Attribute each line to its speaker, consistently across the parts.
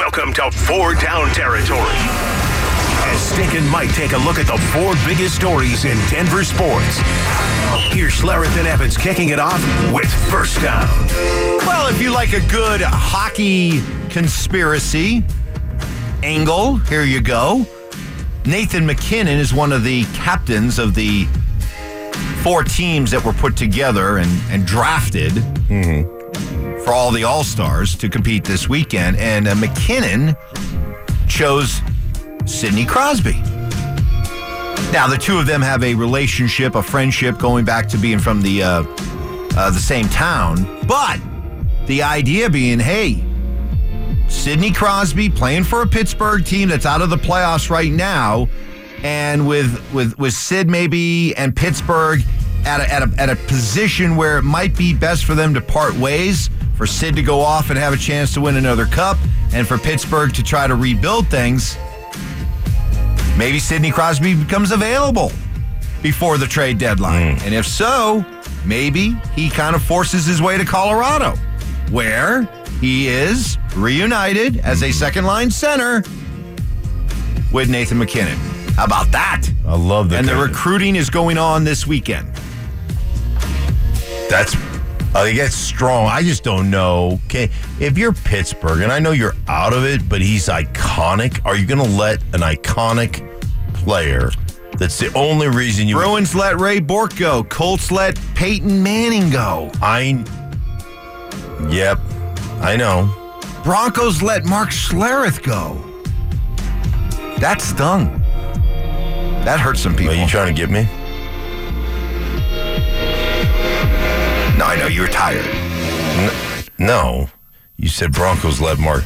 Speaker 1: Welcome to Four Down Territory. As Stick and Mike take a look at the four biggest stories in Denver sports. Here's Schlereth and Evans kicking it off with First Down.
Speaker 2: Well, if you like a good hockey conspiracy angle, here you go. Nathan McKinnon is one of the captains of the four teams that were put together and, and drafted for all the All Stars to compete this weekend. And uh, McKinnon chose Sidney Crosby. Now, the two of them have a relationship, a friendship going back to being from the uh, uh, the same town. But the idea being, hey, Sidney Crosby playing for a Pittsburgh team that's out of the playoffs right now, and with with with Sid maybe and Pittsburgh at a, at a, at a position where it might be best for them to part ways, for Sid to go off and have a chance to win another cup, and for Pittsburgh to try to rebuild things. Maybe Sidney Crosby becomes available before the trade deadline. And if so, maybe he kind of forces his way to Colorado, where he is reunited as a second line center with Nathan McKinnon. How about that?
Speaker 3: I love the
Speaker 2: and the
Speaker 3: Kraken.
Speaker 2: recruiting is going on this weekend.
Speaker 3: That's I think that's strong. I just don't know. Okay, if you're Pittsburgh, and I know you're out of it, but he's iconic. Are you going to let an iconic player? That's the only reason you.
Speaker 2: Bruins let Ray Bork go. Colts let Peyton Manning go.
Speaker 3: I. Yep, I know.
Speaker 2: Broncos let Mark Schlereth go. That stung. That hurt some people.
Speaker 3: Are you trying to get me?
Speaker 2: no, I know you were tired.
Speaker 3: No, you said Broncos led Mark.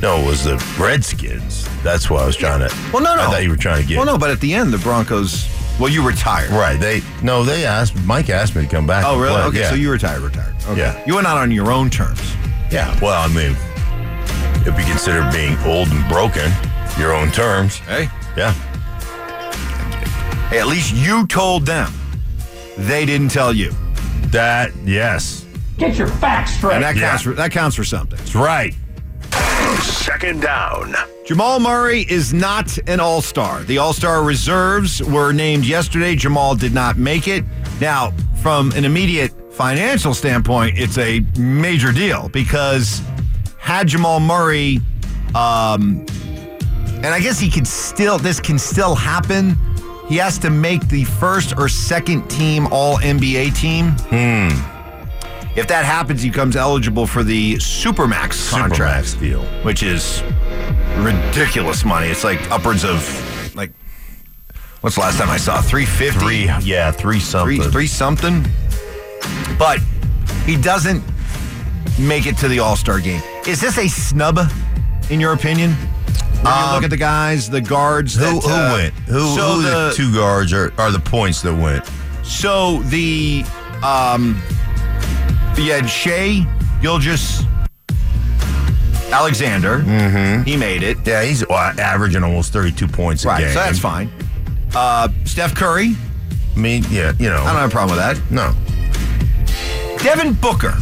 Speaker 3: No, it was the Redskins. That's what I was trying to.
Speaker 2: Well, no, no.
Speaker 3: I thought you were trying to get.
Speaker 2: Well, no, but at the end, the Broncos. Well, you retired.
Speaker 3: Right? They no. They asked. Mike asked me to come back.
Speaker 2: Oh,
Speaker 3: and
Speaker 2: really?
Speaker 3: play.
Speaker 2: okay,
Speaker 3: Yeah.
Speaker 2: so you retired, retired. Okay.
Speaker 3: Yeah.
Speaker 2: You went out on your own terms.
Speaker 3: Yeah. Well, I mean, if you consider being old and broken, your own terms.
Speaker 2: Hey.
Speaker 3: Yeah.
Speaker 2: eh? Hey, at least you told them. They didn't tell you,
Speaker 3: That yes.
Speaker 4: Get your facts
Speaker 2: and
Speaker 4: straight.
Speaker 2: that counts.
Speaker 3: Yeah.
Speaker 2: For, that counts for something.
Speaker 3: That's right.
Speaker 1: Second down.
Speaker 2: Jamal Murray is not an all star. The all star reserves were named yesterday. Jamal did not make it. Now, from an immediate financial standpoint, it's a major deal because had Jamal Murray, um, and I guess he could still, this can still happen. He has to make the first or second team All NBA team. If that happens, he becomes eligible for the Supermax contract
Speaker 3: Supermax deal.
Speaker 2: which is ridiculous money. It's like upwards of like what's the last time I saw? 350.
Speaker 3: Three. Yeah. Three something.
Speaker 2: Three, three something. But he doesn't make it to the All-Star game. Is this a snub in your opinion? Um, When you look at the guys, the guards
Speaker 3: Who,
Speaker 2: that,
Speaker 3: who
Speaker 2: uh,
Speaker 3: went? Who,
Speaker 2: so
Speaker 3: who the,
Speaker 2: the-
Speaker 3: two guards are, are the points that went?
Speaker 2: So the um you had Shea Gilgis Alexander. Mm-hmm. He made it.
Speaker 3: Yeah, he's well, averaging almost 32 points a
Speaker 2: Right,
Speaker 3: game.
Speaker 2: so that's fine. Uh, Steph Curry,
Speaker 3: I mean, yeah, you know.
Speaker 2: I don't have a problem with
Speaker 3: no.
Speaker 2: that. Devin Booker.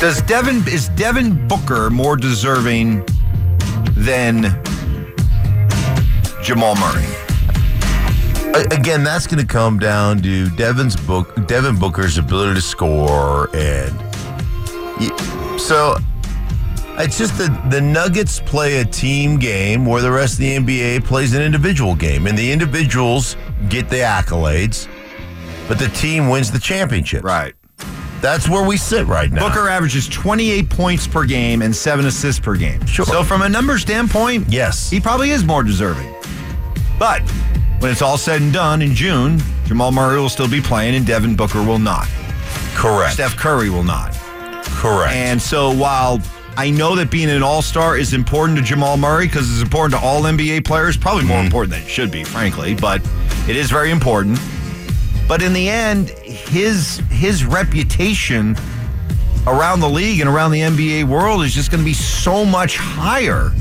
Speaker 2: Does Devin is Devin Booker more deserving than Jamal Murray?
Speaker 3: A- Again, that's going to come down to Devin's book, Devin Booker's ability to score, and y- so it's just that the Nuggets play a team game where the rest of the NBA plays an individual game, and the individuals get the accolades, but the team wins the championship.
Speaker 2: Right.
Speaker 3: That's where we sit right now.
Speaker 2: Booker averages 28 points per game and seven assists per game.
Speaker 3: Sure.
Speaker 2: So from a number standpoint,
Speaker 3: Yes.
Speaker 2: he probably is more deserving. But when it's all said and done in June, Jamal Murray will still be playing and Devin Booker will not.
Speaker 3: correct.
Speaker 2: Steph Curry will not.
Speaker 3: correct.
Speaker 2: And so while I know that being an all star is important to Jamal Murray because it's important to all NBA players, probably more important than it should be, frankly, but it is very important. But in the end, his his reputation around the league and around the NBA world is just going to be so much higher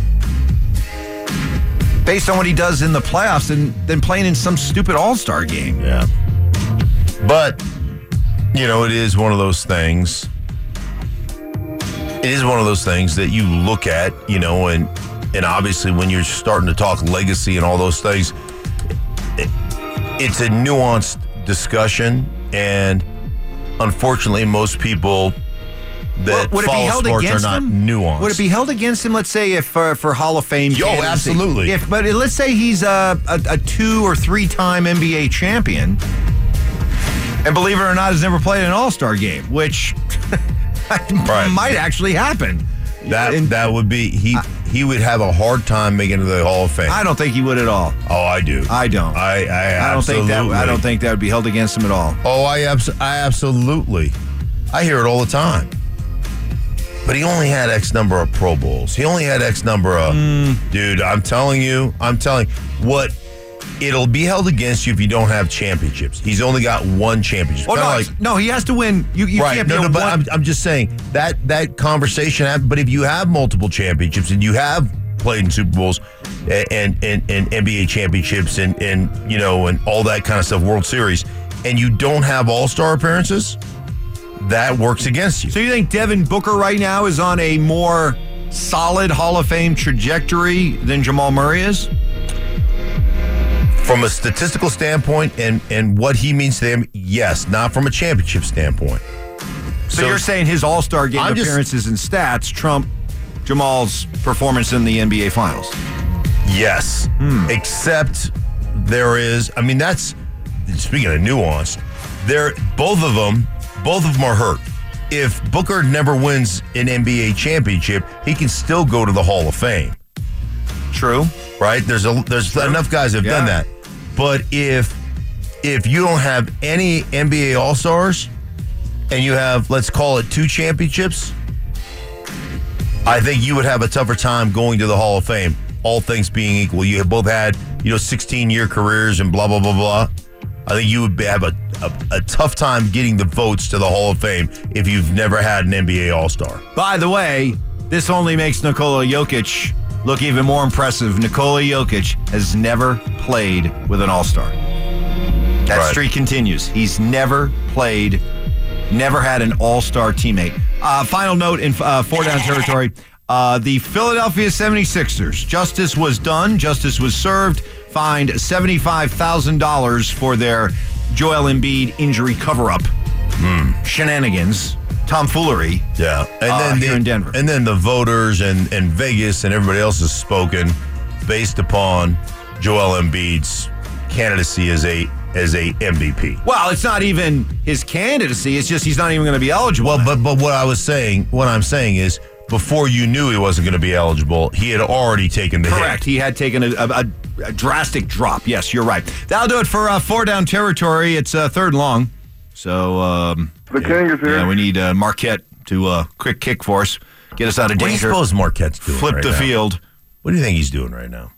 Speaker 2: based on what he does in the playoffs than, than playing in some stupid all star game.
Speaker 3: Yeah. But, you know, it is one of those things it is one of those things that you look at, you know, and and obviously when you're starting to talk legacy and all those things, it, it's a nuanced discussion, and unfortunately, most people
Speaker 2: Well,
Speaker 3: that follow sports are not
Speaker 2: him?
Speaker 3: nuanced.
Speaker 2: Would it be held against him? Let's say if uh, for Hall of Fame.
Speaker 3: Yo,
Speaker 2: candidacy.
Speaker 3: absolutely.
Speaker 2: If but let's say he's a, a, a two or three time NBA champion, and believe it or not, has never played an All Star game, which
Speaker 3: Right.
Speaker 2: might actually happen.
Speaker 3: that
Speaker 2: And
Speaker 3: that would be he he would have a hard time making it to the Hall of Fame.
Speaker 2: I don't think he would at all.
Speaker 3: oh, I do.
Speaker 2: I don't.
Speaker 3: I I,
Speaker 2: I don't think that. I
Speaker 3: absolutely-
Speaker 2: don't think that would be held against him at all.
Speaker 3: Oh, I abs- I absolutely. I hear it all the time. But he only had X number of Pro Bowls. He only had X number of Dude, I'm telling you, I'm telling what it'll be held against you if you don't have championships. He's only got one championship.
Speaker 2: Oh no,
Speaker 3: Kinda like-
Speaker 2: it's- no, he has to win. You, you
Speaker 3: right.
Speaker 2: can't be
Speaker 3: No,
Speaker 2: a
Speaker 3: no, but
Speaker 2: one-
Speaker 3: I'm, I'm just saying that that conversation happened. But if you have multiple championships and you have played in Super Bowls a- and and, and NBA championships and and you know and all that kind of stuff, World Series, and you don't have All Star appearances, that works against you.
Speaker 2: So you think Devin Booker right now is on a more solid Hall of Fame trajectory than Jamal Murray is?
Speaker 3: From a statistical standpoint and and what he means to them, yes. Not from a championship standpoint.
Speaker 2: So, you're saying his All Star game
Speaker 3: I'm just-
Speaker 2: appearances and stats trump Jamal's performance in the NBA Finals?
Speaker 3: Yes. Except there is, I mean, that's speaking of nuance, there both of them, both of them are hurt. If Booker never wins an NBA championship, he can still go to the Hall of Fame,
Speaker 2: True.
Speaker 3: right? There's a there's enough guys have done
Speaker 2: Yeah.
Speaker 3: that. But if if you don't have any NBA All-Stars and you have let's call it two championships, I think you would have a tougher time going to the Hall of Fame. All things being equal, you have both had you know 16 year careers and blah blah blah blah. I think you would be- have a, a, a tough time getting the votes to the Hall of Fame if you've never had an NBA All Star.
Speaker 2: By the way, this only makes Nikola Jokic look even more impressive. Nikola Jokic has never played with an All Star. That
Speaker 3: Right.
Speaker 2: streak continues. He's never played, never had an All Star teammate. Uh, final note in uh, four down territory. Uh, the Philadelphia 76ers. Justice was done. Justice was served. Fined $75,000 for their Joel Embiid injury cover up shenanigans, tomfoolery.
Speaker 3: Yeah, and
Speaker 2: Uh,
Speaker 3: then
Speaker 2: here
Speaker 3: the,
Speaker 2: in Denver.
Speaker 3: and then the voters and and Vegas and everybody else has spoken based upon Joel Embiid's candidacy as a as a MVP.
Speaker 2: Well, it's not even his candidacy. It's just he's not even going to be eligible.
Speaker 3: Well, but but what I was saying, what I'm saying is, before you knew he wasn't going to be eligible, he had already taken the
Speaker 2: correct.
Speaker 3: hit.
Speaker 2: He had taken a, a, a- a drastic drop. Yes, you're right. That'll do it for uh, four down territory. It's uh, third and long. So um,
Speaker 4: The king is here.
Speaker 2: yeah, we need uh, Marquette to uh, quick kick for us, get us out of
Speaker 3: What do you
Speaker 2: danger,
Speaker 3: suppose Marquette's doing?
Speaker 2: flip
Speaker 3: right
Speaker 2: the
Speaker 3: now?
Speaker 2: field.
Speaker 3: What do you think he's doing right now?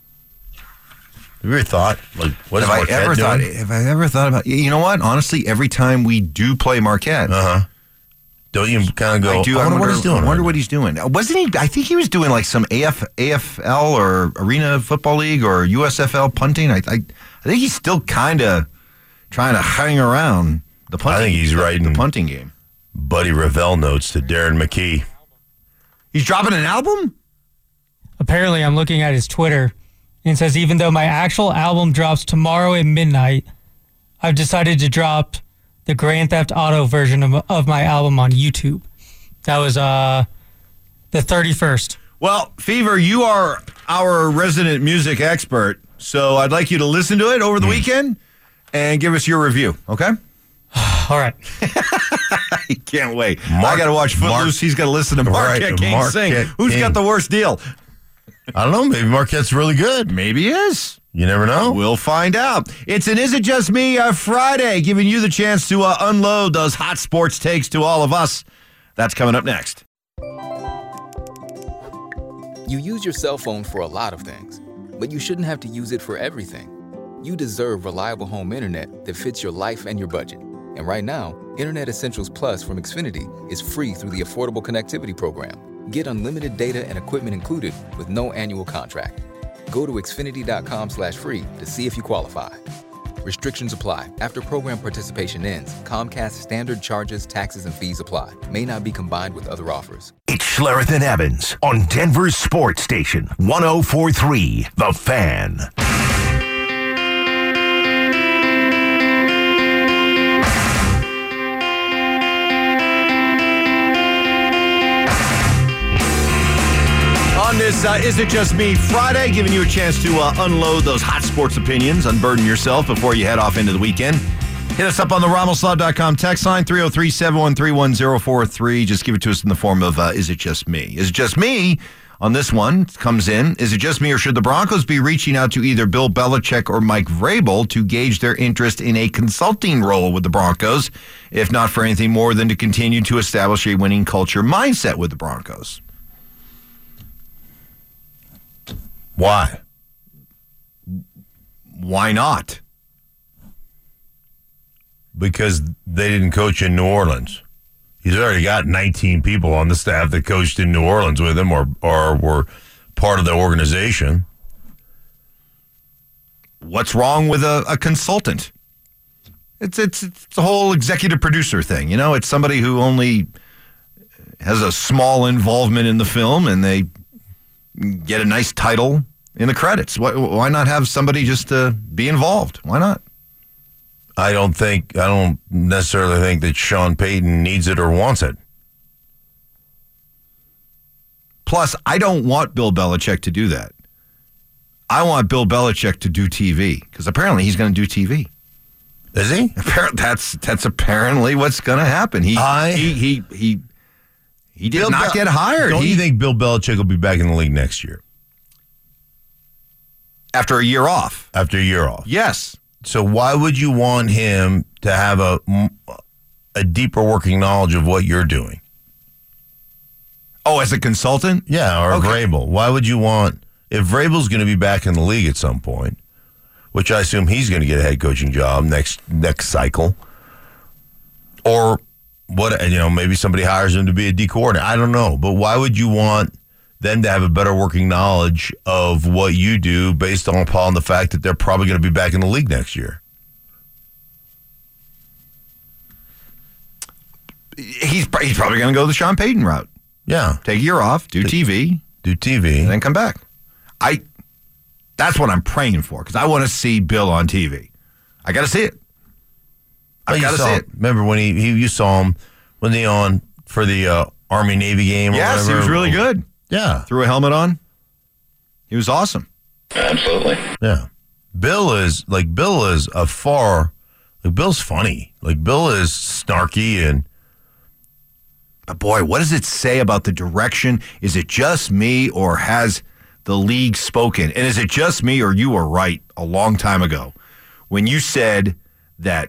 Speaker 3: Have you ever thought like what is
Speaker 2: Have I
Speaker 3: Marquette
Speaker 2: ever
Speaker 3: doing?
Speaker 2: thought? Have I ever thought about? You know what? Honestly, every time we do play Marquette,
Speaker 3: Uh-huh. Don't you kind of go?
Speaker 2: I do.
Speaker 3: wonder, what he's doing.
Speaker 2: I wonder
Speaker 3: right
Speaker 2: what he's doing. Uh, Wasn't he? I think he was doing like some AF, AFL or Arena Football League or USFL punting. I, I, I think he's still kind of trying to hang around the
Speaker 3: now.
Speaker 2: punting.
Speaker 3: I think he's
Speaker 2: the,
Speaker 3: writing
Speaker 2: the punting game.
Speaker 3: Buddy Ravel notes to Darren McKee.
Speaker 2: He's dropping an album.
Speaker 5: Apparently, I'm looking at his Twitter and it says, even though my actual album drops tomorrow at midnight, I've decided to drop the Grand Theft Auto version of, of my album on YouTube. That was uh, the 31st.
Speaker 2: Well, Fever, you are our resident music expert, so I'd like you to listen to it over
Speaker 3: Hmm.
Speaker 2: the weekend and give us your review. Okay?
Speaker 5: All right.
Speaker 2: He can't wait. I
Speaker 3: Mark-
Speaker 2: got to watch Footloose.
Speaker 3: Mark-
Speaker 2: he's got to listen to
Speaker 3: Right,
Speaker 2: Marquette King sing.
Speaker 3: Marquette
Speaker 2: Who's
Speaker 3: King.
Speaker 2: got the worst deal?
Speaker 3: I don't know. Maybe Marquette's really good.
Speaker 2: Maybe he is.
Speaker 3: You never know.
Speaker 2: We'll find out. It's an Is It Just Me uh, Friday, giving you the chance to uh, unload those hot sports takes to all of us. That's coming up next.
Speaker 6: You use your cell phone for a lot of things, but you shouldn't have to use it for everything. You deserve reliable home internet that fits your life and your budget. And right now, Internet Essentials Plus from Xfinity is free through the Affordable Connectivity Program. Get unlimited data and equipment included with no annual contract. Go to xfinity.com/free to see if you qualify. Restrictions apply. After program participation ends, Comcast standard charges, taxes, and fees apply. May not be combined with other offers.
Speaker 1: It's Schlereth and Evans on Denver's Sports Station 1043 The Fan.
Speaker 2: On this, uh, is it just me Friday? Giving you a chance to uh, unload those hot sports opinions, unburden yourself before you head off into the weekend. Hit us up on the Ramoslav.com text line 303 713 1043. Just give it to us in the form of uh, Is It Just Me? Is It Just Me? On this one comes in Is It Just Me or should the Broncos be reaching out to either Bill Belichick or Mike Vrabel to gauge their interest in a consulting role with the Broncos, if not for anything more than to continue to establish a winning culture mindset with the Broncos?
Speaker 3: Why?
Speaker 2: Why not?
Speaker 3: Because they didn't coach in New Orleans. He's already got 19 people on the staff that coached in New Orleans with him or, or were part of the organization.
Speaker 2: what's wrong with a, a consultant? It's, it's it's a whole executive producer thing, you know. It's somebody who only has a small involvement in the film, and they get a nice title in the credits. Why, why not have somebody just uh, be involved? Why not?
Speaker 3: I don't think, I don't necessarily think that Sean Payton needs it or wants it.
Speaker 2: Plus, I don't want Bill Belichick to do that. I want Bill Belichick to do TV because apparently he's going to do TV.
Speaker 3: Is he?
Speaker 2: Appar- that's that's apparently what's going to happen. He,
Speaker 3: I-
Speaker 2: he he he he did
Speaker 3: Bill
Speaker 2: not
Speaker 3: Bel-
Speaker 2: get hired.
Speaker 3: Don't
Speaker 2: He-
Speaker 3: you think Bill Belichick will be back in the league next year
Speaker 2: after a year off.
Speaker 3: after a year off?
Speaker 2: Yes,
Speaker 3: So why would you want him to have a a deeper working knowledge of what you're doing?
Speaker 2: Oh, as a consultant?
Speaker 3: Yeah, or
Speaker 2: Okay.
Speaker 3: Vrabel. Why would you want if Vrabel's going to be back in the league at some point, which I assume he's going to get a head coaching job next next cycle, or what? You know, maybe somebody hires him to be a D coordinator. I don't know, but why would you want them to have a better working knowledge of what you do based on upon the fact that they're probably going to be back in the league next year?
Speaker 2: He's pr- he's probably going to go the Sean Payton route.
Speaker 3: Yeah,
Speaker 2: Take a year off, do TV,
Speaker 3: do
Speaker 2: and
Speaker 3: TV.
Speaker 2: then come back. I that's what I'm praying for because I want to see Bill on TV. I got to see it. I
Speaker 3: Well, Oh, you
Speaker 2: got to
Speaker 3: saw-
Speaker 2: see it.
Speaker 3: Remember when he, he you saw him when they on for the uh, Army Navy game? Or
Speaker 2: Yes, he
Speaker 3: whatever?
Speaker 2: was really good.
Speaker 3: Yeah,
Speaker 2: Threw a helmet on. He was awesome.
Speaker 4: Absolutely.
Speaker 3: yeah. Bill is like Bill is a far like Bill's funny. Like Bill is snarky and
Speaker 2: But boy, what does it say about the direction? Is it just me or has the league spoken? And is it just me or you were right a long time ago when you said that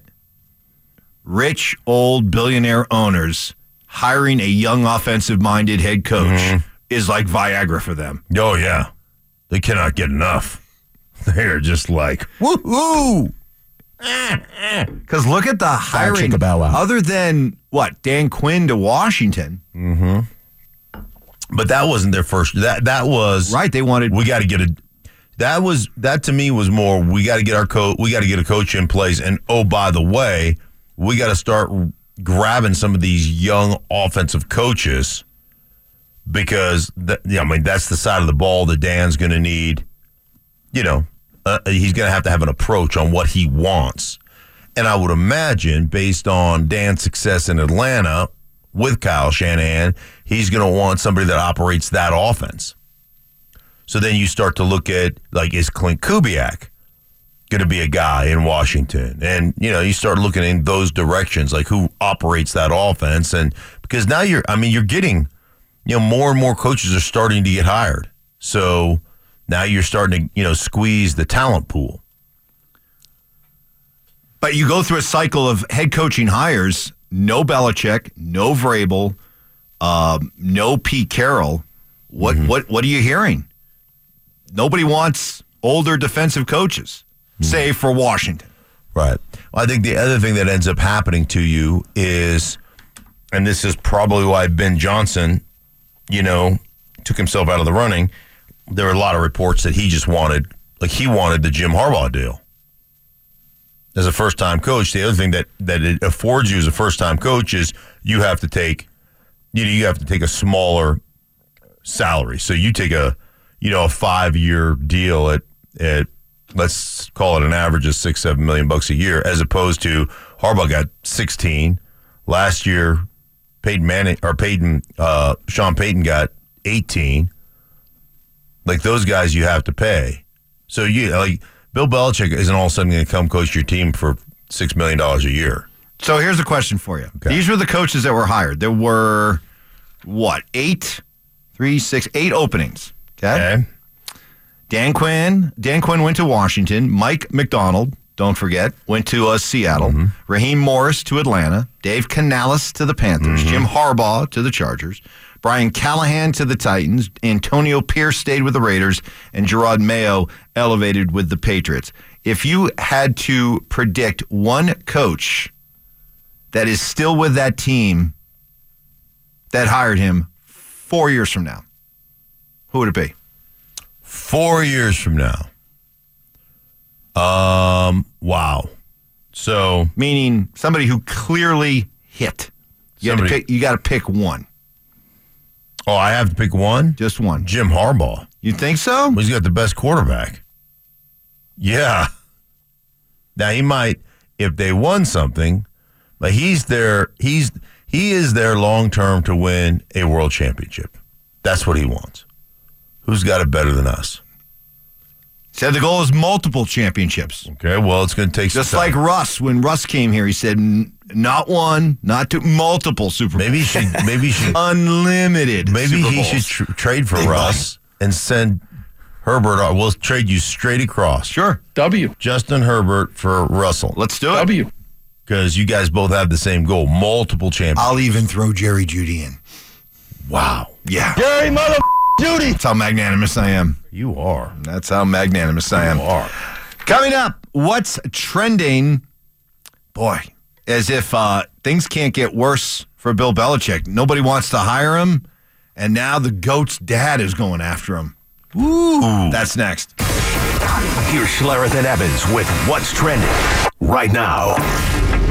Speaker 2: rich old billionaire owners hiring a young offensive minded head coach is like Viagra for them?
Speaker 3: oh yeah, they cannot get enough. They're just like
Speaker 2: Woohoo! Because look at the hiring.
Speaker 7: chicka bow wow.
Speaker 2: Other than what Dan Quinn to Washington,
Speaker 3: but that wasn't their first that that was
Speaker 2: right? They wanted
Speaker 3: we got to get a that was that to me was more we got to get our coach we got to get a coach in place and oh by the way we got to start grabbing some of these young offensive coaches because that, yeah, I mean that's the side of the ball that Dan's going to need you know uh, he's going to have to have an approach on what he wants and I would imagine based on Dan's success in Atlanta with Kyle Shanahan he's going to want somebody that operates that offense so then you start to look at like is Clint Kubiak going to be a guy in Washington? And you know, you start looking in those directions like who operates that offense and because now you're I mean you're getting you know more and more coaches are starting to get hired. So now you're starting to, you know, squeeze the talent pool.
Speaker 2: But you go through a cycle of head coaching hires, no Belichick, no Vrabel, um, no Pete Carroll. What what what are you hearing? Nobody wants older defensive coaches, save for Washington.
Speaker 3: Right. Well, I think the other thing that ends up happening to you is, and this is probably why Ben Johnson, you know, took himself out of the running. There were a lot of reports that he just wanted, like he wanted the Jim Harbaugh deal. as a first time coach, the other thing that, that it affords you as a first time coach is you have to take you know, you have to take a smaller salary. So you take a you know, a five year deal at at let's call it an average of six, seven million bucks a year, as opposed to Harbaugh got sixteen. Last year Peyton Manning or Peyton uh, Sean Payton got eighteen. Like those guys, you have to pay. So you like Bill Belichick isn't all of a sudden going to come coach your team for six million dollars a year.
Speaker 2: So here's a question for you. These were the coaches that were hired. There were what eight, three, six, eight openings. Okay.
Speaker 3: Okay,
Speaker 2: Dan Quinn. Dan Quinn went to Washington. Mike McDonald, don't forget, went to uh, Seattle. Raheem Morris to Atlanta. Dave Canales to the Panthers. Jim Harbaugh to the Chargers. Brian Callahan to the Titans. Antonio Pierce stayed with the Raiders, and Gerard Mayo elevated with the Patriots. If you had to predict one coach that is still with that team that hired him four years from now, who would it be?
Speaker 3: four years from now. Um. Wow. So
Speaker 2: meaning somebody who clearly hit. You got to
Speaker 3: Somebody-
Speaker 2: pick. You got to pick one,
Speaker 3: oh, I have to pick one.
Speaker 2: just one.
Speaker 3: Jim Harbaugh.
Speaker 2: You think so?
Speaker 3: Well, he's got the best quarterback. Yeah. Now he might if they won something, but he's their he's he is there long term to win a world championship. That's what he wants. Who's got it better than us?
Speaker 2: Said the goal is multiple championships.
Speaker 3: Okay, well it's gonna take some
Speaker 2: Just like
Speaker 3: time.
Speaker 2: Russ, when Russ came here, he said "N- not one, not two, multiple Super Bowls,
Speaker 3: maybe he should maybe he should
Speaker 2: unlimited.
Speaker 3: maybe
Speaker 2: Super
Speaker 3: he
Speaker 2: Bowls.
Speaker 3: should tr- trade for Russ and send Herbert. off. We'll trade you straight across.
Speaker 2: Sure,
Speaker 4: W.
Speaker 3: Justin Herbert for Russell
Speaker 2: let's do it.
Speaker 4: W.
Speaker 3: because you guys both have the same goal: multiple champions.
Speaker 2: I'll even throw Jerry Judy in.
Speaker 3: wow,
Speaker 2: Yeah, Jerry Mother Judy. That's how magnanimous I am.
Speaker 3: you are.
Speaker 2: That's how magnanimous I am.
Speaker 3: You are.
Speaker 2: Coming up, what's trending? Boy, as if uh, things can't get worse for Bill Belichick. Nobody wants to hire him, and now the goat's dad is going after him. Ooh, that's next.
Speaker 1: Here's Schlereth and Evans with What's Trending right now.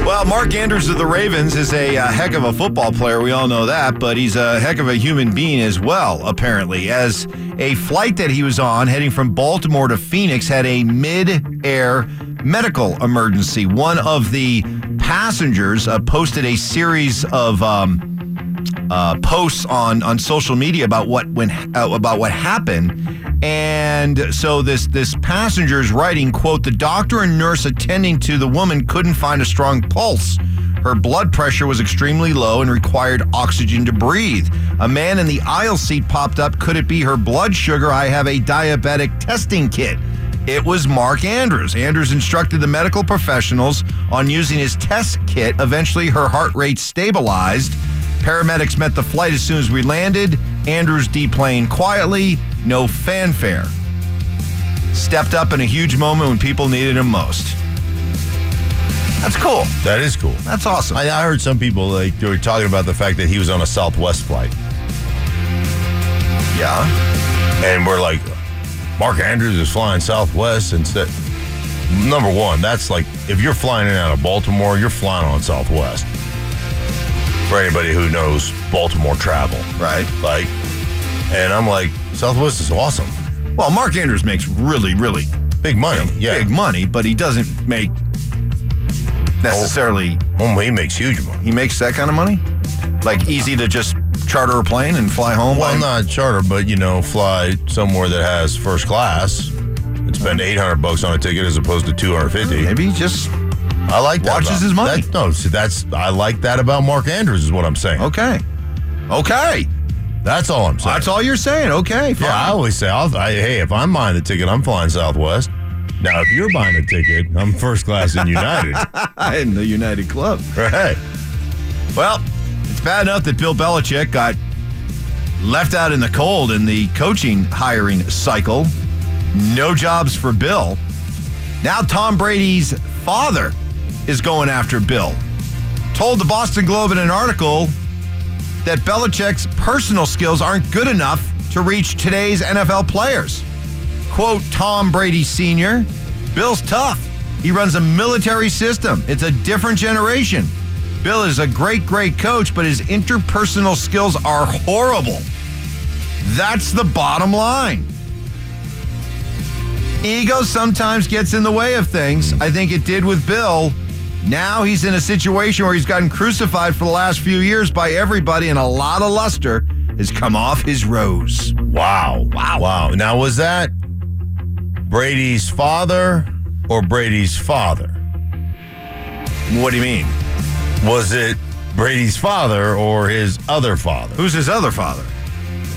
Speaker 2: Well, Mark Andrews of the Ravens is a uh, heck of a football player. We all know that, but he's a heck of a human being as well, apparently. As a flight that he was on heading from Baltimore to Phoenix had a mid air medical emergency. One of the passengers uh, posted a series of. Um, uh, posts on on social media about what went uh, about what happened, and so this this passenger is writing quote the doctor and nurse attending to the woman couldn't find a strong pulse. Her blood pressure was extremely low and required oxygen to breathe. A man in the aisle seat popped up. Could it be her blood sugar? I have a diabetic testing kit. It was Mark Andrews. Andrews instructed the medical professionals on using his test kit. Eventually, her heart rate stabilized. Paramedics met the flight as soon as we landed. Andrews deplaned quietly, no fanfare. Stepped up in a huge moment when people needed him most. That's cool.
Speaker 3: That is cool.
Speaker 2: That's awesome.
Speaker 3: I, I heard some people like they were talking about the fact that he was on a Southwest flight,
Speaker 2: yeah.
Speaker 3: and we're like, Mark Andrews is flying Southwest instead. Number one, that's like if you're flying in and out of Baltimore, you're flying on Southwest. For anybody who knows Baltimore travel,
Speaker 2: Right.
Speaker 3: like, and I'm like, Southwest is awesome,
Speaker 2: Well, Mark Andrews makes really, really
Speaker 3: big money, yeah.
Speaker 2: big money, but he doesn't make necessarily
Speaker 3: Well, he makes huge money.
Speaker 2: He makes that kind of money? Like easy to just charter a plane and fly home?
Speaker 3: Well, not charter, but you know, fly somewhere that has first class and spend 800 bucks on a ticket as opposed to 250.
Speaker 2: Maybe just
Speaker 3: I like that.
Speaker 2: Watches
Speaker 3: about-
Speaker 2: his money.
Speaker 3: that- no, see, that's I like that about Mark Andrews is what I'm saying.
Speaker 2: okay. Okay.
Speaker 3: That's all I'm saying.
Speaker 2: That's all you're saying. Okay. Fine.
Speaker 3: yeah, I always say, I'll, I, hey, if I'm buying the ticket, I'm flying Southwest. Now, if you're buying a ticket, I'm first class in United.
Speaker 2: in the United Club.
Speaker 3: right.
Speaker 2: Well, it's bad enough that Bill Belichick got left out in the cold in the coaching hiring cycle. No jobs for Bill. Now Tom Brady's father is going after Bill. Told the Boston Globe in an article that Belichick's personal skills aren't good enough to reach today's NFL players. Quote Tom Brady Sr. Bill's tough. He runs a military system. It's a different generation. Bill is a great, great coach, but his interpersonal skills are horrible. That's the bottom line. Ego sometimes gets in the way of things. I think it did with Bill. Now he's in a situation where he's gotten crucified for the last few years by everybody, and a lot of luster has come off his rose.
Speaker 3: Wow. Wow. Wow. Now, was that Brady's father or Brady's father?
Speaker 2: What do you mean?
Speaker 3: Was it Brady's father or his other father?
Speaker 2: Who's his other father?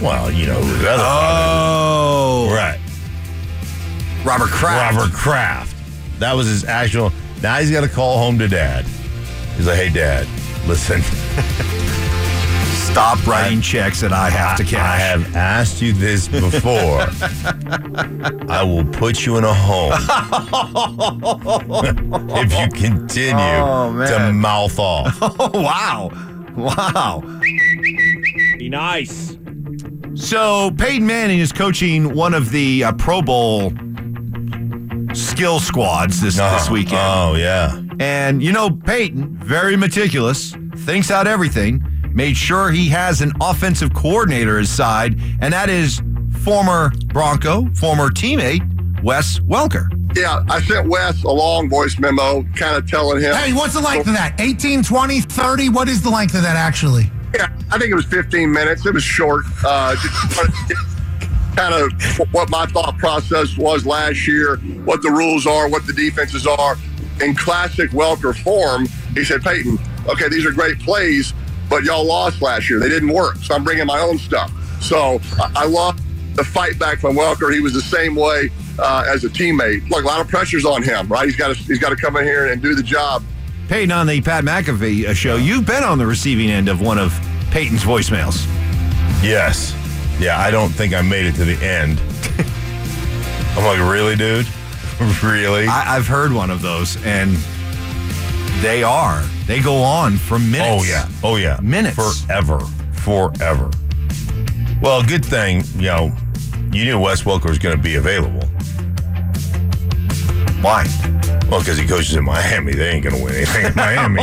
Speaker 3: Well, you know, who his other
Speaker 2: Oh,
Speaker 3: father. Right.
Speaker 2: Robert Kraft.
Speaker 3: Robert Kraft. That was his actual. Now he's got to call home to dad. He's like, hey, dad, listen,
Speaker 2: Stop writing checks that I have to
Speaker 3: I
Speaker 2: cash.
Speaker 3: have asked you this before. I will put you in a home if you continue
Speaker 2: Oh,
Speaker 3: to
Speaker 2: man.
Speaker 3: mouth off.
Speaker 2: Oh, wow. Wow.
Speaker 4: Be nice.
Speaker 2: So Peyton Manning is coaching one of the uh, Pro Bowl skill squads this, this
Speaker 3: Oh,
Speaker 2: weekend.
Speaker 3: Oh, yeah.
Speaker 2: And you know, Peyton, very meticulous, thinks out everything, made sure he has an offensive coordinator at his side, and that is former Bronco, former teammate, Wes Welker.
Speaker 7: Yeah, I sent Wes a long voice memo kind of telling him.
Speaker 8: Hey, what's the length of that? 18, 20, 30? What is the length of that actually?
Speaker 7: Yeah, I think it was 15 minutes. It was short. Uh, just kind of what my thought process was last year, what the rules are, what the defenses are. In classic Welker form, he said, Peyton, okay, these are great plays, but y'all lost last year. They didn't work. So I'm bringing my own stuff. So I, I love the fight back from Welker. He was the same way uh, as a teammate. Look, a lot of pressure's on him, right? He's got to he's got to come in here and do the job.
Speaker 2: Peyton on the Pat McAfee uh, show. You've been on the receiving end of one of Peyton's voicemails.
Speaker 3: Yes. Yeah, I don't think I made it to the end. I'm like, really, dude? really?
Speaker 2: I, I've heard one of those, and they are. They go on for minutes.
Speaker 3: Oh yeah. Oh yeah.
Speaker 2: Minutes.
Speaker 3: Forever. Forever. Well, good thing, you know, you knew Wes Welker was going to be available.
Speaker 2: Why?
Speaker 3: Well, because he coaches in Miami. They ain't going to win anything in Miami.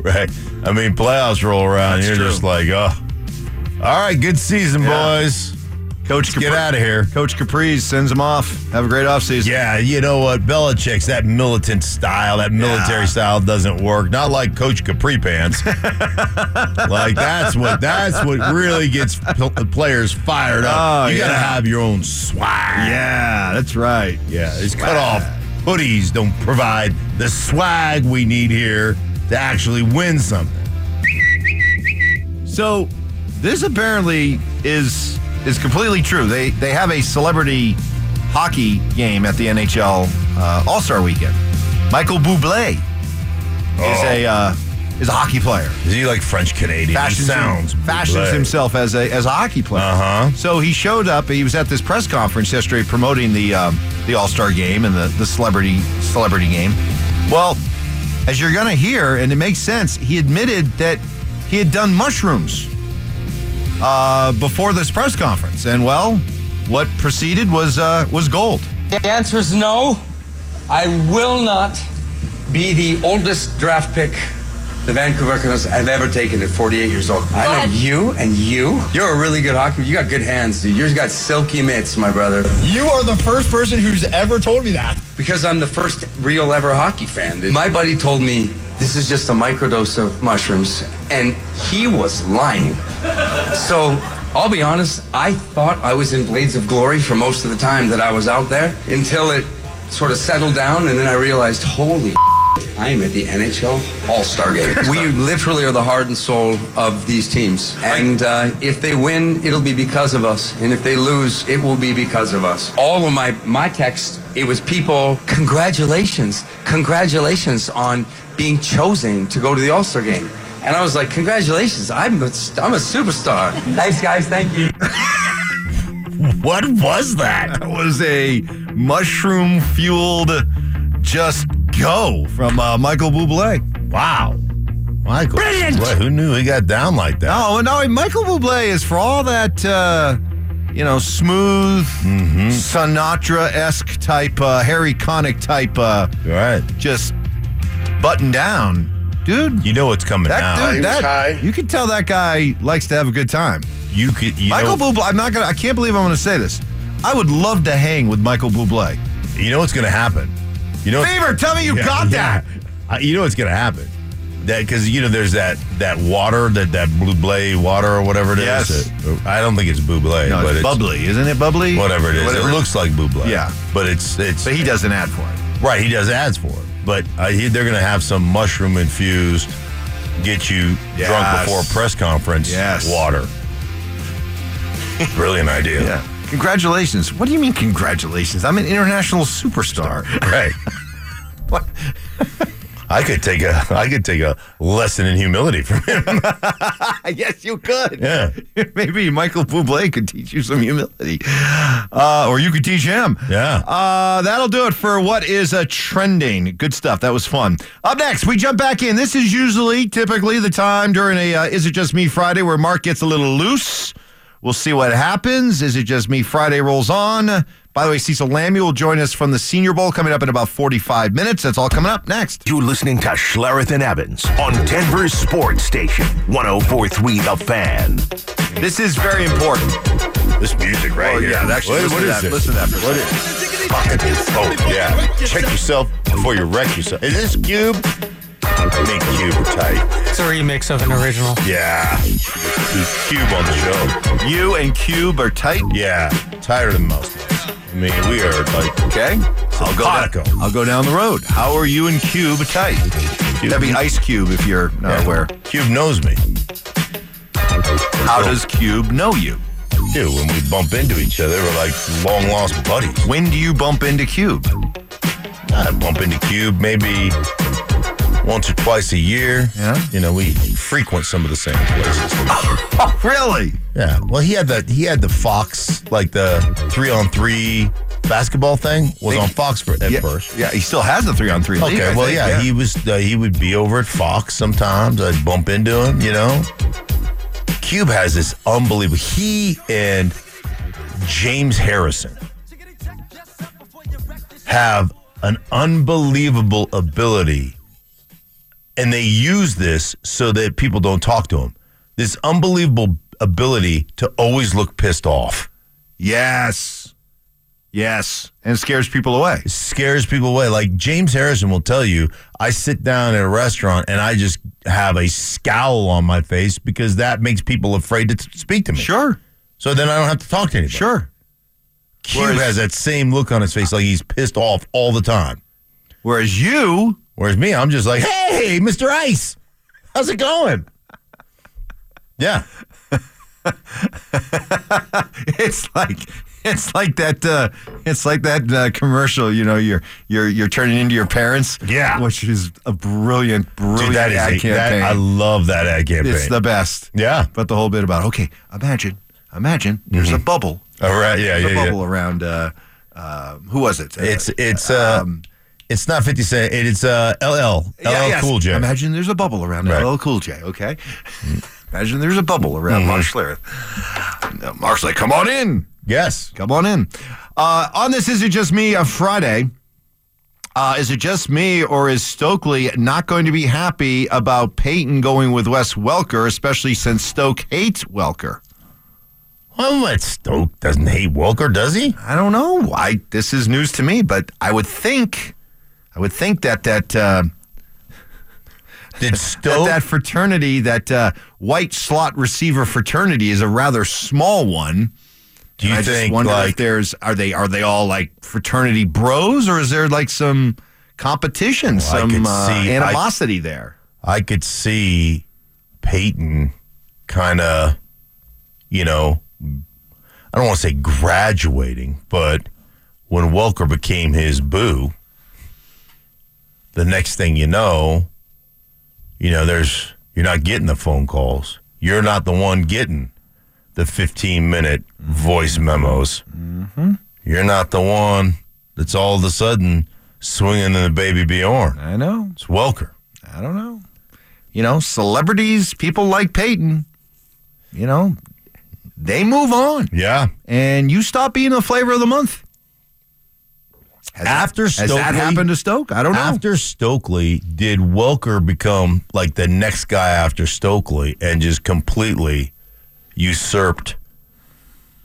Speaker 3: right? I mean, playoffs roll around.
Speaker 2: That's
Speaker 3: you're
Speaker 2: true.
Speaker 3: just like, oh, all right, good season,
Speaker 2: Yeah.
Speaker 3: boys.
Speaker 2: Coach
Speaker 3: Get
Speaker 2: Capri-
Speaker 3: out of here.
Speaker 2: Coach Capriz sends him off. Have a great offseason.
Speaker 3: Yeah, you know what? Belichick's that militant style, that military
Speaker 2: Yeah.
Speaker 3: style doesn't work. Not like Coach Capri Pants. like that's what that's what really gets pl- the players fired up.
Speaker 2: Oh,
Speaker 3: you gotta
Speaker 2: yeah.
Speaker 3: have your own swag.
Speaker 2: Yeah, that's right.
Speaker 3: yeah. These cutoff hoodies don't provide the swag we need here to actually win something.
Speaker 2: So this apparently is is completely true. They they have a celebrity hockey game at the NHL uh, All Star Weekend. Michael Bublé is
Speaker 3: Oh.
Speaker 2: a uh, is a hockey player.
Speaker 3: Is he like French Canadian?
Speaker 2: Fashions, him-
Speaker 3: sounds
Speaker 2: fashions
Speaker 3: bootleg.
Speaker 2: himself as a as a hockey player.
Speaker 3: Uh-huh.
Speaker 2: So he showed up. He was at this press conference yesterday promoting the um, the All Star Game and the the celebrity celebrity game. Well, as you're gonna hear, and it makes sense. He admitted that he had done mushrooms uh, before this press conference, and well, what preceded was uh, was gold.
Speaker 9: The answer is no. I will not be the oldest draft pick the Vancouver Canucks have ever taken at 48 years old. I know you and you. You're a really good hockey. You got good hands, dude. You've got silky mitts, my brother.
Speaker 8: You are the first person who's ever told me that.
Speaker 9: Because I'm the first real ever hockey fan. dude. My buddy told me this is just a microdose of mushrooms, and he was lying. So I'll be honest, I thought I was in Blades of Glory for most of the time that I was out there until it sort of settled down, and then I realized, holy. I am at the NHL All Star Game. we literally are the heart and soul of these teams. And uh, if they win, it'll be because of us. And if they lose, it will be because of us. All of my, my texts, it was people, congratulations, congratulations on being chosen to go to the All Star Game. And I was like, congratulations, I'm a, I'm a superstar. Thanks, guys, thank you.
Speaker 3: What was that?
Speaker 2: That was a mushroom fueled just go from uh, Michael Bublé.
Speaker 3: Wow. Michael.
Speaker 2: Brilliant!
Speaker 3: Boy, who knew he got down like that?
Speaker 2: Oh no, Michael Bublé is for all that uh, you know, smooth,
Speaker 3: Mm-hmm.
Speaker 2: Sinatra esque type, uh, Harry Connick type, uh,
Speaker 3: Right.
Speaker 2: just button down. Dude,
Speaker 3: You know what's coming
Speaker 2: that
Speaker 3: now.
Speaker 7: He
Speaker 2: dude,
Speaker 7: was high.
Speaker 2: that, you can tell that guy likes to have a good time.
Speaker 3: you could. You
Speaker 2: Michael
Speaker 3: know,
Speaker 2: Bublé, I'm not gonna, I can't believe I'm gonna say this. I would love to hang with Michael Bublé.
Speaker 3: You know what's going to happen. You know.
Speaker 2: Fever, tell me you
Speaker 3: Yeah,
Speaker 2: got
Speaker 3: yeah.
Speaker 2: that.
Speaker 3: Uh, you know what's going to happen. That because you know there's that that water that that buble water or whatever it is.
Speaker 2: Yes.
Speaker 3: That- I don't think it's buble,
Speaker 2: No,
Speaker 3: but
Speaker 2: it's bubbly, isn't it? Bubbly,
Speaker 3: Whatever it is, it looks like buble.
Speaker 2: Yeah.
Speaker 3: but it's it's
Speaker 2: But he doesn't add for it.
Speaker 3: Right, he does ads for it, but I hear they're going to have some mushroom infused, get you drunk
Speaker 2: Yes.
Speaker 3: before a press conference.
Speaker 2: Yes.
Speaker 3: water. Brilliant idea.
Speaker 2: Congratulations. What do you mean, congratulations? I'm an international superstar.
Speaker 3: Right.
Speaker 2: What?
Speaker 3: I could take a I could take a lesson in humility from him.
Speaker 2: yes, you could.
Speaker 3: yeah.
Speaker 2: Maybe Michael Bublé could teach you some humility, uh, or you could teach him.
Speaker 3: Yeah.
Speaker 2: Uh, that'll do it for what is a trending. Good stuff. That was fun. Up next, we jump back in. This is usually, typically, the time during a uh, "Is It Just Me" Friday where Mark gets a little loose. We'll see what happens. Is it just me? Friday rolls on. By the way, Cecil Lammy will join us from the Senior Bowl coming up in about 45 minutes. That's all coming up next.
Speaker 1: You're listening to Schlereth and Evans on Denver's Sports Station, 1043 The Fan.
Speaker 2: This is very important.
Speaker 3: This music right
Speaker 2: Oh,
Speaker 3: here.
Speaker 2: yeah, actually,
Speaker 3: What-
Speaker 2: listen
Speaker 3: what
Speaker 2: to that.
Speaker 3: is this?
Speaker 2: Listen to that for a
Speaker 3: What is- Pocket is- Oh, yeah. Check yourself before you wreck yourself. Is this cube? I think cube tight.
Speaker 5: It's a remix of an original.
Speaker 3: Yeah. There's cube on the show.
Speaker 2: You and Cube are tight.
Speaker 3: Yeah. Tighter than most of us. I mean, we are like
Speaker 2: Okay. I'll go,
Speaker 3: Simpatico.
Speaker 2: down, I'll go down the road. How are you and Cube tight? That'd be Ice Cube if you're not
Speaker 3: Yeah.
Speaker 2: aware.
Speaker 3: Cube knows me.
Speaker 2: How does Cube know you?
Speaker 3: Dude, when we bump into each other, we're like long lost buddies.
Speaker 2: When do you bump into Cube?
Speaker 3: I bump into Cube maybe once or twice a year.
Speaker 2: Yeah.
Speaker 3: You know, we frequent some of the same places.
Speaker 2: Oh, really?
Speaker 3: yeah. Well, he had that. He had the Fox, like the three on three basketball thing, was
Speaker 2: Think-
Speaker 3: on Fox for, at
Speaker 2: yeah,
Speaker 3: first.
Speaker 2: yeah, he still has the three on three.
Speaker 3: Okay. well, yeah, He was. Uh, he would be over at Fox sometimes. I'd bump into him. You know. Cube has this unbelievable. He and James Harrison have an unbelievable ability, and they use this so that people don't talk to him. This unbelievable ability to always look pissed off.
Speaker 2: yes, yes, and it scares people away.
Speaker 3: scares people away. Like James Harrison will tell you, I sit down at a restaurant and I just have a scowl on my face because that makes people afraid to t- speak to me.
Speaker 2: Sure,
Speaker 3: So then I don't have to talk to anybody.
Speaker 2: sure.
Speaker 3: Cube
Speaker 2: Whereas-
Speaker 3: has that same look on his face, like he's pissed off all the time.
Speaker 2: Whereas you,
Speaker 3: Whereas me, I'm just like, hey, Mr. Ice, how's it going? Yeah.
Speaker 2: it's like it's like that. Uh, it's like that uh, commercial. You know, you're you're you're turning into your parents.
Speaker 3: Yeah.
Speaker 2: which is a brilliant, brilliant
Speaker 3: Dude, that is
Speaker 2: ad
Speaker 3: a,
Speaker 2: campaign.
Speaker 3: that, I love that ad campaign.
Speaker 2: it's the best.
Speaker 3: yeah.
Speaker 2: But the whole bit about okay, imagine, imagine there's a bubble,
Speaker 3: All right. Yeah.
Speaker 2: there's
Speaker 3: Yeah.
Speaker 2: a
Speaker 3: yeah.
Speaker 2: bubble around. Uh, uh, who was it? Uh,
Speaker 3: It's it's uh, it's not Fifty Cent. It, it's uh, LL LL
Speaker 2: Yeah, yes.
Speaker 3: Cool J.
Speaker 2: Imagine there's a bubble around
Speaker 3: Right.
Speaker 2: LL Cool J, okay? Imagine there's a bubble around
Speaker 3: Mm-hmm.
Speaker 2: Mark Schlereth. Uh, Mark's like, come on in.
Speaker 3: Yes.
Speaker 2: Come on in. Uh, on this, is it just me? A Friday. Uh, is it just me, or is Stokely not going to be happy about Peyton going with Wes Welker, especially since Stoke hates Welker?
Speaker 3: Well, that Stoke doesn't hate Welker, does he?
Speaker 2: I don't know why this is news to me, but I would think, I would think that that. Uh,
Speaker 3: Did
Speaker 2: that,
Speaker 3: Stoke?
Speaker 2: that fraternity, that uh, white slot receiver fraternity, is a rather small one.
Speaker 3: do you
Speaker 2: I just
Speaker 3: think
Speaker 2: wonder if
Speaker 3: like
Speaker 2: there's are they are they all like fraternity bros, or is there like some competition,
Speaker 3: Oh, I
Speaker 2: some
Speaker 3: could
Speaker 2: uh,
Speaker 3: see- I-
Speaker 2: animosity there?
Speaker 3: I could see Peyton kind of, you know, I don't want to say graduating, but when Welker became his boo, the next thing you know, you know, there's you're not getting the phone calls. You're not the one getting the 15 minute voice memos. You're not the one that's all of a sudden swinging in the baby Bjorn.
Speaker 2: I know.
Speaker 3: It's Welker.
Speaker 2: I don't know. You know, celebrities, people like Peyton. You know, they move on.
Speaker 3: Yeah.
Speaker 2: And you stop being the flavor of the month. After
Speaker 3: has that
Speaker 2: Stokely, happened to Stoke? I don't know.
Speaker 3: After Stokely, did Welker become like the next guy after Stokely and just completely usurped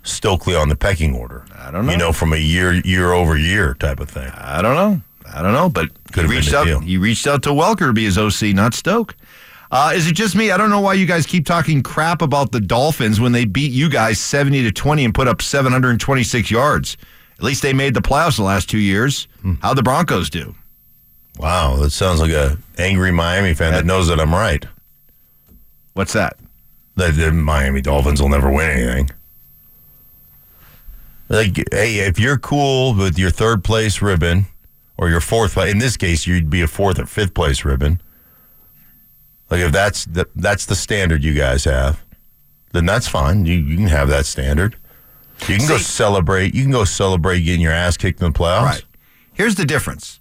Speaker 3: Stokely on the pecking order? I
Speaker 2: don't know. Uh,
Speaker 3: You know, from a year year over year type of thing.
Speaker 2: I don't know. I don't know, but
Speaker 3: Could
Speaker 2: he
Speaker 3: have been
Speaker 2: reached
Speaker 3: the
Speaker 2: out.
Speaker 3: deal.
Speaker 2: He reached out to Welker to be his OC, not Stoke. Uh, is it just me? I don't know why you guys keep talking crap about the Dolphins when they beat you guys seventy to twenty and put up seven hundred and twenty-six yards. At least they made the playoffs the last two years.
Speaker 3: Hmm.
Speaker 2: How the Broncos do?
Speaker 3: Wow, that sounds like a angry Miami fan that knows that I'm right.
Speaker 2: What's that?
Speaker 3: That the Miami Dolphins will never win anything. Like, hey, if you're cool with your third place ribbon or your fourth, pla- in this case, you'd be a fourth or fifth place ribbon. Like, if that's the, that's the standard you guys have, then that's fine. You, you can have that standard. You can go
Speaker 2: See-
Speaker 3: celebrate. You can go celebrate getting your ass kicked in the playoffs.
Speaker 2: Right. Here's the difference.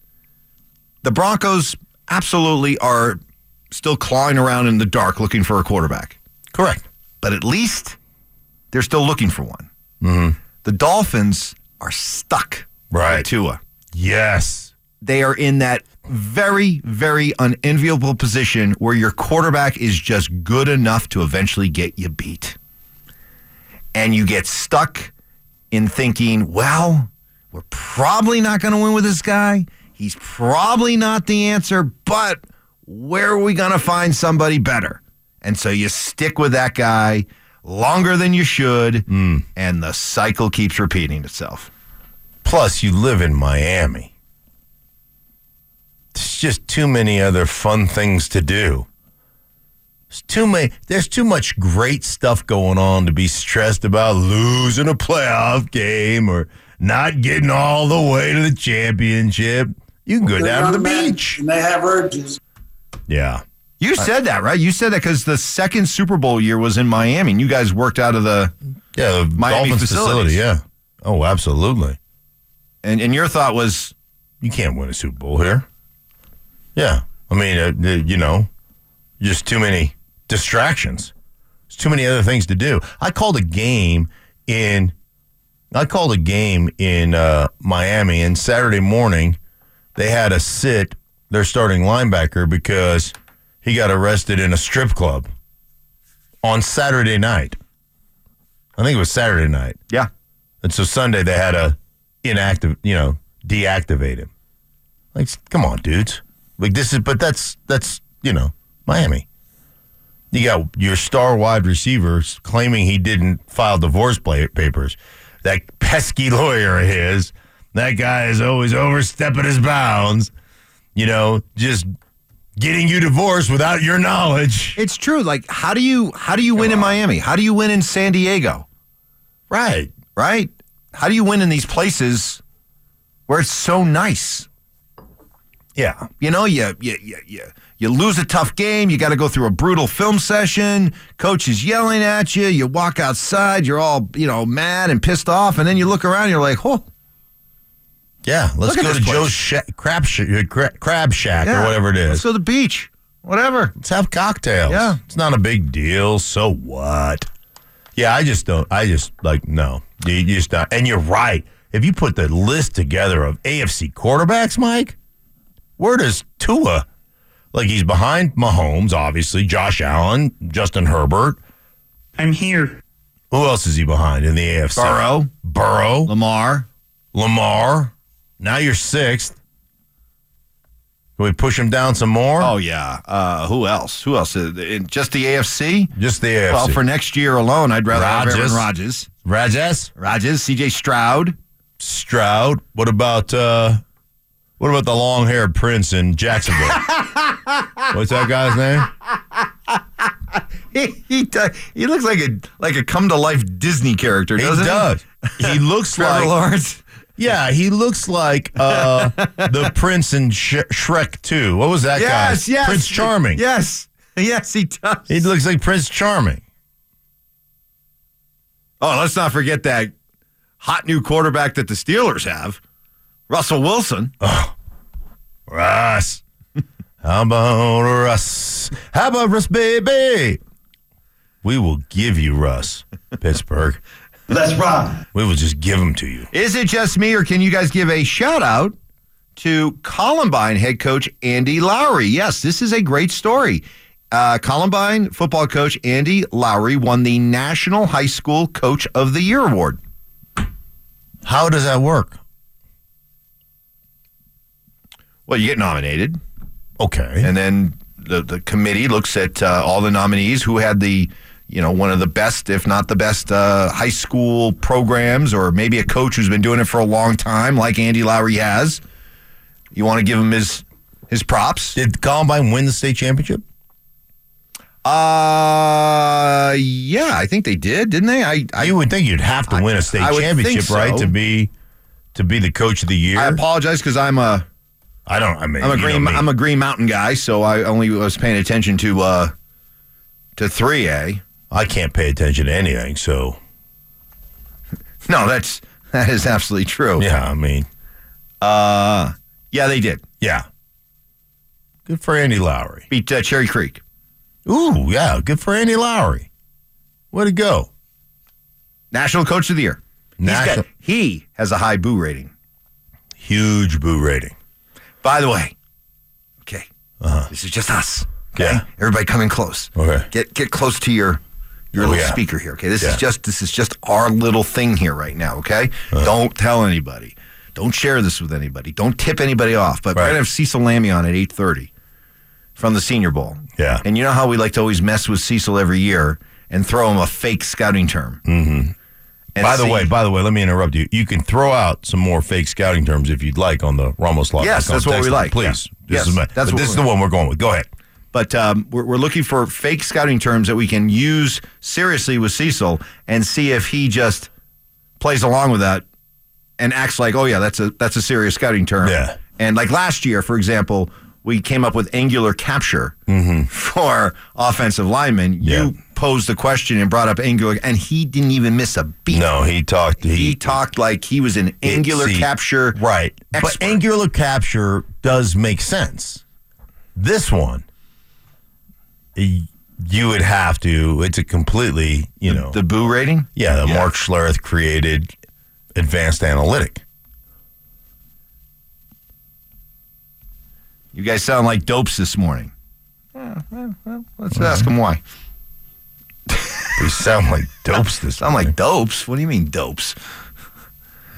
Speaker 2: The Broncos absolutely are still clawing around in the dark looking for a quarterback.
Speaker 3: Correct.
Speaker 2: but at least they're still looking for one. The Dolphins are stuck
Speaker 3: Right.
Speaker 2: with Tua.
Speaker 3: Yes.
Speaker 2: They are in that very, very unenviable position where your quarterback is just good enough to eventually get you beat. And you get stuck in thinking, well, we're probably not going to win with this guy. He's probably not the answer, but where are we going to find somebody better? And so you stick with that guy longer than you should, and the cycle keeps repeating itself.
Speaker 3: Plus, you live in Miami. There's just too many other fun things to do. There's too many. There's too much great stuff going on to be stressed about losing a playoff game or not getting all the way to the championship. You can go down to the beach.
Speaker 10: And they have urges.
Speaker 3: Yeah.
Speaker 2: You said that, right? You said that because the second Super Bowl year was in Miami, and you guys worked out of the.
Speaker 3: Yeah. The
Speaker 2: Miami
Speaker 3: Dolphins facility.
Speaker 2: facilities.
Speaker 3: Yeah. Oh, absolutely.
Speaker 2: And, and your thought was,
Speaker 3: you can't win a Super Bowl here. Yeah, I mean, uh, uh, you know, just too many distractions. There's too many other things to do. I called a game in, I called a game in uh, Miami, and Saturday morning they had to sit their starting linebacker because he got arrested in a strip club on Saturday night. I think it was Saturday night.
Speaker 2: yeah,
Speaker 3: And so Sunday they had to inactive, you know, deactivate him. Like, come on, dudes. Like this is, but that's that's you know, Miami. You got your star wide receivers claiming he didn't file divorce pla- papers. That pesky lawyer of his. That guy is always overstepping his bounds. You know, just getting you divorced without your knowledge.
Speaker 2: It's true. Like, how do you how do you win in Miami? How do you win in San Diego?
Speaker 3: Right.
Speaker 2: Right? How do you win in these places where it's so nice?
Speaker 3: Yeah.
Speaker 2: You know, you you you you, you lose a tough game. You got to go through a brutal film session. Coach is yelling at you. You walk outside. You're all you know mad and pissed off, and then you look around. You're like, oh,
Speaker 3: Yeah. Let's
Speaker 2: Look at
Speaker 3: go
Speaker 2: this
Speaker 3: to
Speaker 2: place.
Speaker 3: Joe's sha- crab, sh- uh, cra- crab shack
Speaker 2: yeah,
Speaker 3: or whatever it is.
Speaker 2: Let's go to the beach. Whatever.
Speaker 3: Let's have cocktails.
Speaker 2: Yeah.
Speaker 3: It's not a big deal. So what? Yeah, I just don't. I just like, no. You, you just not. And you're right. If you put the list together of AFC quarterbacks, Mike, where does Tua? Like, he's behind Mahomes, obviously, Josh Allen, Justin Herbert.
Speaker 11: I'm here.
Speaker 3: Who else is he behind in the AFC?
Speaker 2: Burrow,
Speaker 3: Burrow.
Speaker 2: Lamar.
Speaker 3: Lamar. Now you're sixth. Can we push him down some more?
Speaker 2: Oh yeah. Uh, who else? Who else? Uh, in- Just the AFC.
Speaker 3: Just the AFC.
Speaker 2: Well, for next year alone, I'd rather have
Speaker 3: Rodgers.
Speaker 2: Aaron Rodgers.
Speaker 3: Rajesh.
Speaker 2: Rodgers, CJ Stroud.
Speaker 3: Stroud. What about uh what about the long haired prince in Jacksonville? What's that guy's name?
Speaker 2: He he, do- he looks like a like a come to life Disney character,
Speaker 3: He
Speaker 2: doesn't
Speaker 3: does. He looks
Speaker 2: he? Trevor
Speaker 3: like
Speaker 2: Lawrence.
Speaker 3: yeah, he looks like uh the prince in Sh- Shrek 2. What was that guy?
Speaker 2: Yes, yes.
Speaker 3: Prince Charming.
Speaker 2: Yes. Yes, he does.
Speaker 3: He looks like Prince Charming.
Speaker 2: Oh, let's not forget that hot new quarterback that the Steelers have, Russell Wilson.
Speaker 3: Russ. How about Russ? How about Russ, baby? We will give you Russ, Pittsburgh.
Speaker 12: Let's rock.
Speaker 3: We will just give him to you.
Speaker 2: Is it just me, or can you guys give a shout out to Columbine head coach Andy Lowry? Yes, this is a great story. Uh, Columbine football coach Andy Lowry won the National High School Coach of the Year award.
Speaker 3: How does that work?
Speaker 2: Well, you get nominated.
Speaker 3: Okay.
Speaker 2: And then the, the committee looks at uh, all the nominees who had the, you know, one of the best, if not the best, uh, high school programs, or maybe a coach who's been doing it for a long time, like Andy Lowry has. You want to give him his his props.
Speaker 3: Did Columbine win the state championship?
Speaker 2: Uh, yeah, I think they did, didn't they? I, I
Speaker 3: you would think you'd have to win a state
Speaker 2: I would think
Speaker 3: championship, right,
Speaker 2: so.
Speaker 3: to be to be the coach of the year.
Speaker 2: I apologize because I'm a
Speaker 3: I don't. I mean,
Speaker 2: I'm a
Speaker 3: you know
Speaker 2: green
Speaker 3: me.
Speaker 2: I'm a Green Mountain guy, so I only was paying attention to uh to three A.
Speaker 3: I can't pay attention to anything. So
Speaker 2: No, that's that is absolutely true.
Speaker 3: yeah, I mean,
Speaker 2: Uh, yeah, they did
Speaker 3: yeah. Good for Andy Lowry.
Speaker 2: beat uh, Cherry Creek.
Speaker 3: Ooh, yeah. Good for Andy Lowry. Way to go.
Speaker 2: National Coach of the Year. He's got-
Speaker 3: National-
Speaker 2: he has a high boo rating.
Speaker 3: Huge boo rating.
Speaker 2: By the way, okay, this is just us. Okay,
Speaker 3: Uh-huh. Yeah.
Speaker 2: everybody come in close.
Speaker 3: Okay.
Speaker 2: get get close to your your
Speaker 3: Oh,
Speaker 2: little
Speaker 3: yeah.
Speaker 2: speaker here. Okay, this
Speaker 3: Yeah.
Speaker 2: is just this is just our little thing here right now. Okay,
Speaker 3: Uh-huh.
Speaker 2: don't tell anybody. Don't share this with anybody. Don't tip anybody off. But we're
Speaker 3: Right.
Speaker 2: gonna have Cecil Lammy on at eight thirty from the Senior Bowl.
Speaker 3: Yeah.
Speaker 2: and you know how we like to always mess with Cecil every year and throw him a fake scouting term. Mm-hmm. And
Speaker 3: by the
Speaker 2: see-
Speaker 3: way, by the way, let me interrupt you. You can throw out some more fake scouting terms if you'd like on the Ramos Law.
Speaker 2: Yes, that's what we like.
Speaker 3: Please,
Speaker 2: Yeah.
Speaker 3: this
Speaker 2: Yes,
Speaker 3: is my,
Speaker 2: that's
Speaker 3: but
Speaker 2: what
Speaker 3: this
Speaker 2: we
Speaker 3: is the
Speaker 2: like.
Speaker 3: one we're going with. Go ahead.
Speaker 2: but um, we're, we're looking for fake scouting terms that we can use seriously with Cecil and see if he just plays along with that and acts like, oh yeah, that's a that's a serious scouting term.
Speaker 3: Yeah.
Speaker 2: And like last year, for example, we came up with angular capture for offensive linemen.
Speaker 3: Mm-hmm. Yeah.
Speaker 2: You posed the question and brought up angular, and he didn't even miss a beat.
Speaker 3: No, he talked. He,
Speaker 2: He, talked like he was an
Speaker 3: it-
Speaker 2: angular
Speaker 3: see,
Speaker 2: capture.
Speaker 3: Right.
Speaker 2: expert.
Speaker 3: But angular capture does make sense. This one, y- you would have to. It's a completely, you know,
Speaker 2: The boo rating?
Speaker 3: yeah, the Mark Schlereth created advanced analytic.
Speaker 2: You guys sound like dopes this morning. Eh, let's
Speaker 3: Mm-hmm.
Speaker 2: ask them why.
Speaker 3: They sound like dopes. This
Speaker 2: Sound
Speaker 3: morning.
Speaker 2: like dopes? What do you mean dopes?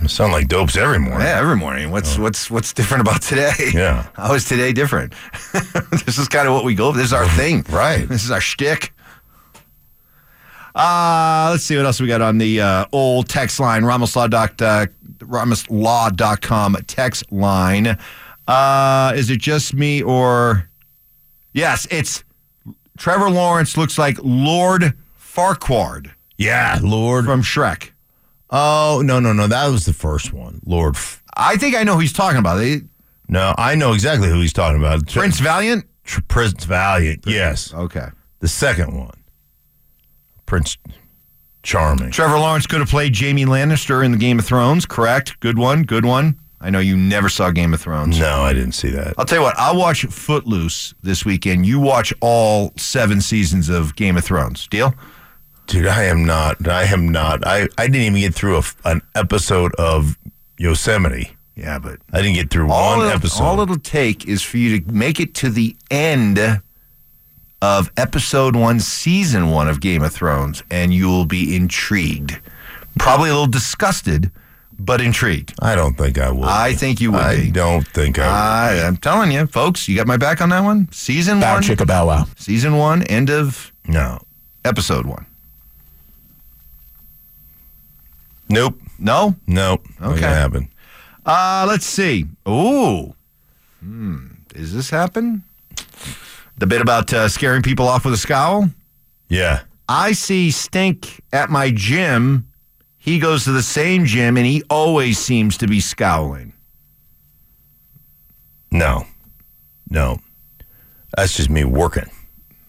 Speaker 3: sound like dopes every morning.
Speaker 2: Yeah, every morning. What's what's what's different about today?
Speaker 3: Oh. Yeah.
Speaker 2: How is today different? this is kind of what we go. This is our thing.
Speaker 3: Right.
Speaker 2: This is our shtick. Uh, let's see what else we got on the uh, old text line, ramoslaw.com ramoslaw.com text line. Uh, is it just me or yes, it's Trevor Lawrence looks like Lord Farquhar
Speaker 3: Yeah, Lord.
Speaker 2: from Shrek.
Speaker 3: Oh no, no, no. That was the first one, Lord. F-
Speaker 2: I think I know who he's talking about. They-
Speaker 3: no, I know exactly who he's talking about. Tr-
Speaker 2: Prince Valiant?
Speaker 3: Tr- Prince Valiant. Yes,
Speaker 2: Okay.
Speaker 3: the second one, Prince Charming.
Speaker 2: Trevor Lawrence could have played Jamie Lannister in the Game of Thrones, correct? Good one, good one. I know you never saw Game of Thrones.
Speaker 3: No, I didn't see that.
Speaker 2: I'll tell you what, I'll watch Footloose this weekend. You watch all seven seasons of Game of Thrones. Deal?
Speaker 3: Dude, I am not. I am not. I, I didn't even get through a f an episode of Yosemite.
Speaker 2: Yeah, but
Speaker 3: I didn't get through
Speaker 2: all,
Speaker 3: one
Speaker 2: it'll-
Speaker 3: episode.
Speaker 2: all it'll take is for you to make it to the end of episode one, season one of Game of Thrones, and you'll be intrigued. Probably a little disgusted, but intrigued.
Speaker 3: I don't think I will.
Speaker 2: I think you would
Speaker 3: I
Speaker 2: be.
Speaker 3: don't think I.
Speaker 2: I, I'm telling you, folks, you got my back on that one. Season
Speaker 12: Bow
Speaker 2: one,
Speaker 12: chicka bow wow.
Speaker 2: season one, end of
Speaker 3: Will. No.
Speaker 2: episode one.
Speaker 3: Nope.
Speaker 2: No?
Speaker 3: Nope. Not
Speaker 2: Okay.
Speaker 3: gonna happen.
Speaker 2: Uh, let's see. Ooh. Hmm. Does this happen? The bit about uh, scaring people off with a scowl?
Speaker 3: Yeah.
Speaker 2: I see stink at my gym. He goes to the same gym and he always seems to be scowling.
Speaker 3: No. No. That's just me working.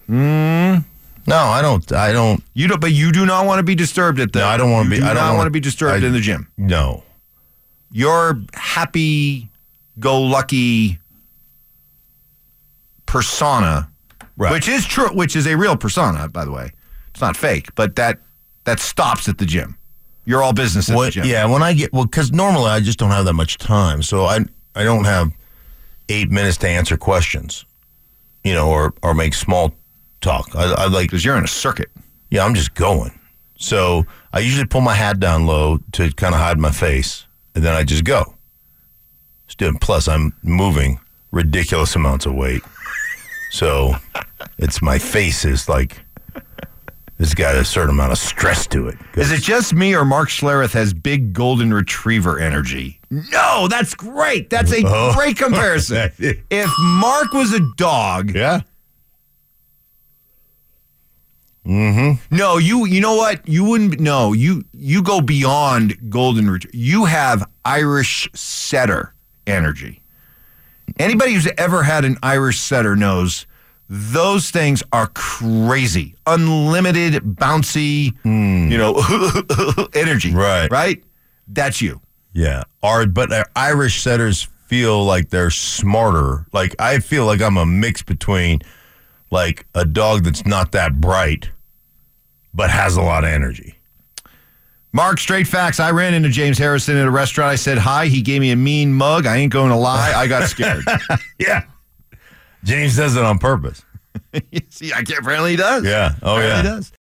Speaker 3: Mm. No, I don't. I don't.
Speaker 2: You don't, but you do not want to be disturbed at the.
Speaker 3: No, I don't wanna
Speaker 2: you
Speaker 3: be-
Speaker 2: Do
Speaker 3: I don't
Speaker 2: not
Speaker 3: wanna-
Speaker 2: want to be disturbed
Speaker 3: I-
Speaker 2: in the gym.
Speaker 3: No.
Speaker 2: your happy go lucky persona,
Speaker 3: Right.
Speaker 2: which is true, which is a real persona, by the way, It's not fake, but that that stops at the gym. You're all business at the
Speaker 3: What,
Speaker 2: gym.
Speaker 3: yeah, when I get well, because normally I just don't have that much time, so I I don't have eight minutes to answer questions, you know, or or make small talk. I, I like
Speaker 2: because you're in a circuit.
Speaker 3: Yeah, I'm just going. So I usually pull my hat down low to kind of hide my face, and then I just go. Still, plus I'm moving ridiculous amounts of weight, so it's my face is like it's got a certain amount of stress to it.
Speaker 2: Is it just me or Mark Schlereth has big golden retriever energy? No, that's great. That's a
Speaker 3: Oh.
Speaker 2: great comparison. if Mark was a dog,
Speaker 3: yeah.
Speaker 2: Mm-hmm. No, you you know what? You wouldn't no, you you go beyond golden retriever. You have Irish setter energy. Anybody who's ever had an Irish setter knows those things are crazy. Unlimited bouncy, you know, energy.
Speaker 3: Right.
Speaker 2: Hmm. Right? That's you.
Speaker 3: Yeah. Are but uh, Irish setters feel like they're smarter. Like I feel like I'm a mix between like a dog that's not that bright but has a lot of energy.
Speaker 2: Mark, straight facts. I ran into James Harrison at a restaurant. I said hi. He gave me a mean mug. I ain't going to lie. I got scared.
Speaker 3: Yeah. James does it on purpose.
Speaker 2: See, I can't, apparently he does.
Speaker 3: Yeah. Oh
Speaker 2: Apparently
Speaker 3: yeah.
Speaker 2: he does.